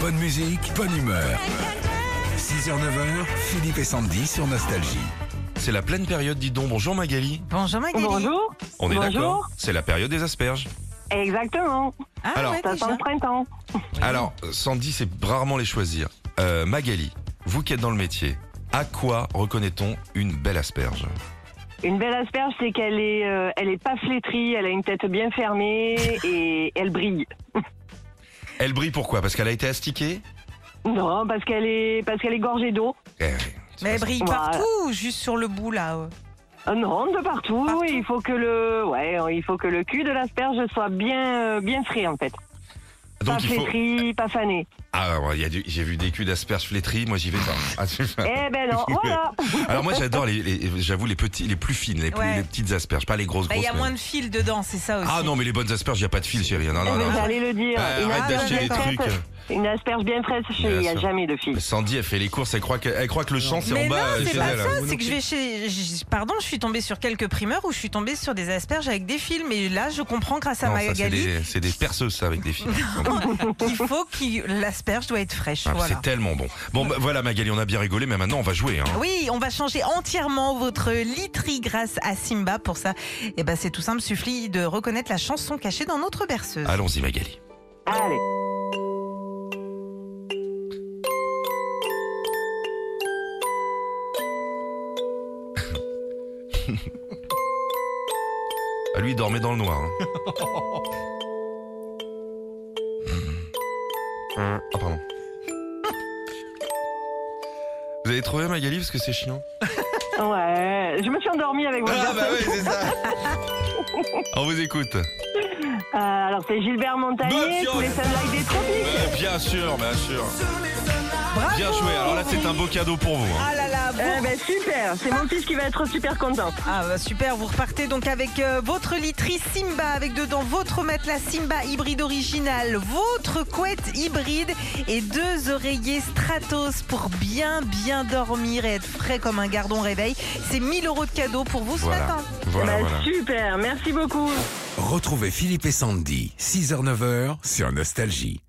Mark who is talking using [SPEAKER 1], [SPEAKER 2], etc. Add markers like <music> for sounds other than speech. [SPEAKER 1] Bonne musique, bonne humeur. 6h, 9h, Philippe et Sandy sur Nostalgie.
[SPEAKER 2] C'est la pleine période, dis donc. Bonjour Magali.
[SPEAKER 3] Bonjour Magali.
[SPEAKER 4] Bonjour.
[SPEAKER 2] On est
[SPEAKER 4] Bonjour.
[SPEAKER 2] d'accord C'est la période des asperges.
[SPEAKER 4] Exactement.
[SPEAKER 3] Ah
[SPEAKER 2] Alors,
[SPEAKER 3] ouais,
[SPEAKER 4] Ça
[SPEAKER 3] déjà.
[SPEAKER 4] sent le printemps.
[SPEAKER 2] Alors, Sandy, c'est rarement les choisir. Euh, Magali, vous qui êtes dans le métier, à quoi reconnaît-on une belle asperge
[SPEAKER 4] Une belle asperge, c'est qu'elle est, euh, elle est pas flétrie, elle a une tête bien fermée et elle brille.
[SPEAKER 2] Elle brille pourquoi Parce qu'elle a été astiquée
[SPEAKER 4] Non, parce qu'elle est, parce qu'elle est gorgée d'eau.
[SPEAKER 2] Eh oui, de toute
[SPEAKER 3] Mais elle
[SPEAKER 2] façon.
[SPEAKER 3] brille
[SPEAKER 4] Ouais.
[SPEAKER 3] partout, juste sur le bout là. euh.
[SPEAKER 4] Euh, Non, de partout.
[SPEAKER 3] Partout.
[SPEAKER 4] Et il faut que le, ouais, il faut que le cul de l'asperge soit bien, euh, bien frais en fait.
[SPEAKER 2] Donc
[SPEAKER 4] pas
[SPEAKER 2] il faut.
[SPEAKER 4] flétri, pas fané.
[SPEAKER 2] Ah, ouais, il y a du- j'ai vu des culs d'asperges flétris, moi j'y vais
[SPEAKER 3] <laughs>
[SPEAKER 2] pas. Ah, tu-
[SPEAKER 4] eh ben non, voilà.
[SPEAKER 2] Alors moi j'adore les, les- j'avoue les petits, les plus fines, les, plus-
[SPEAKER 3] Ouais.
[SPEAKER 2] les petites asperges, pas les grosses
[SPEAKER 3] Bah, Il
[SPEAKER 2] grosses.
[SPEAKER 3] y a
[SPEAKER 2] mais-
[SPEAKER 3] moins de fils dedans, c'est ça aussi.
[SPEAKER 2] Ah non mais les bonnes asperges, il y a pas de fil chérie. Non non
[SPEAKER 4] Mais
[SPEAKER 2] non.
[SPEAKER 4] J'allais le dire.
[SPEAKER 2] Euh,
[SPEAKER 4] une,
[SPEAKER 2] arrête
[SPEAKER 4] asperge
[SPEAKER 2] d'acheter les
[SPEAKER 4] bien
[SPEAKER 2] trucs.
[SPEAKER 4] fraîche, une asperge bien fraîche,
[SPEAKER 2] Bien
[SPEAKER 4] il n'y a
[SPEAKER 2] sûr.
[SPEAKER 4] jamais de fil.
[SPEAKER 2] Sandy elle fait les courses, elle croit que, elle croit que le champ c'est en
[SPEAKER 3] Mais non,
[SPEAKER 2] bas euh,
[SPEAKER 3] c'est
[SPEAKER 2] chez
[SPEAKER 3] pas
[SPEAKER 2] elle.
[SPEAKER 3] ça. C'est que je vais chez. je- Pardon, je suis tombée sur quelques primeurs ou je suis tombée sur des asperges avec des fils. Mais là, je comprends grâce à
[SPEAKER 2] Non, ça, c'est
[SPEAKER 3] Magali
[SPEAKER 2] des, c'est des perceuses ça avec des <laughs> fils.
[SPEAKER 3] qu'il faut que l'asperge doit être fraîche.
[SPEAKER 2] Ah,
[SPEAKER 3] voilà.
[SPEAKER 2] C'est tellement bon. Bon bah, voilà Magali, on a bien rigolé, mais maintenant on va jouer. Hein.
[SPEAKER 3] Oui, on va changer entièrement votre literie grâce à Simba. Pour ça, eh ben, c'est tout simple, suffit de reconnaître la chanson cachée dans notre berceuse.
[SPEAKER 2] Allons-y Magali.
[SPEAKER 4] Allez.
[SPEAKER 2] Ah, lui il dormait dans le noir. <laughs> hein. Ah pardon. Vous avez trouvé Magali parce que c'est chiant.
[SPEAKER 4] Ouais. Je me suis endormie avec votre
[SPEAKER 2] Ah bah
[SPEAKER 4] berceuse.
[SPEAKER 2] oui, c'est ça. <laughs> On vous écoute.
[SPEAKER 4] Euh, alors c'est Gilbert Montagnier,
[SPEAKER 2] Bonne
[SPEAKER 4] tous les
[SPEAKER 2] chance.
[SPEAKER 4] sunlights des tropiques.
[SPEAKER 2] Euh, bien sûr, bien sûr.
[SPEAKER 3] Bravo
[SPEAKER 2] Ah, Bien joué. Alors là, c'est un beau cadeau pour vous. hein.
[SPEAKER 3] Ah là là, vous-
[SPEAKER 4] Eh ben super, c'est mon fils qui va être super content.
[SPEAKER 3] Ah bah super, vous repartez donc avec euh, votre literie Simba, avec dedans votre matelas Simba hybride original, votre couette hybride et deux oreillers Stratos pour bien bien dormir et être frais comme un gardon réveil. C'est 1000 euros de cadeau pour vous ce
[SPEAKER 2] Voilà,
[SPEAKER 3] matin.
[SPEAKER 2] voilà,
[SPEAKER 4] Bah,
[SPEAKER 2] voilà.
[SPEAKER 4] Super, merci beaucoup.
[SPEAKER 1] Retrouvez Philippe et Sandy, 6h, 9h sur Nostalgie.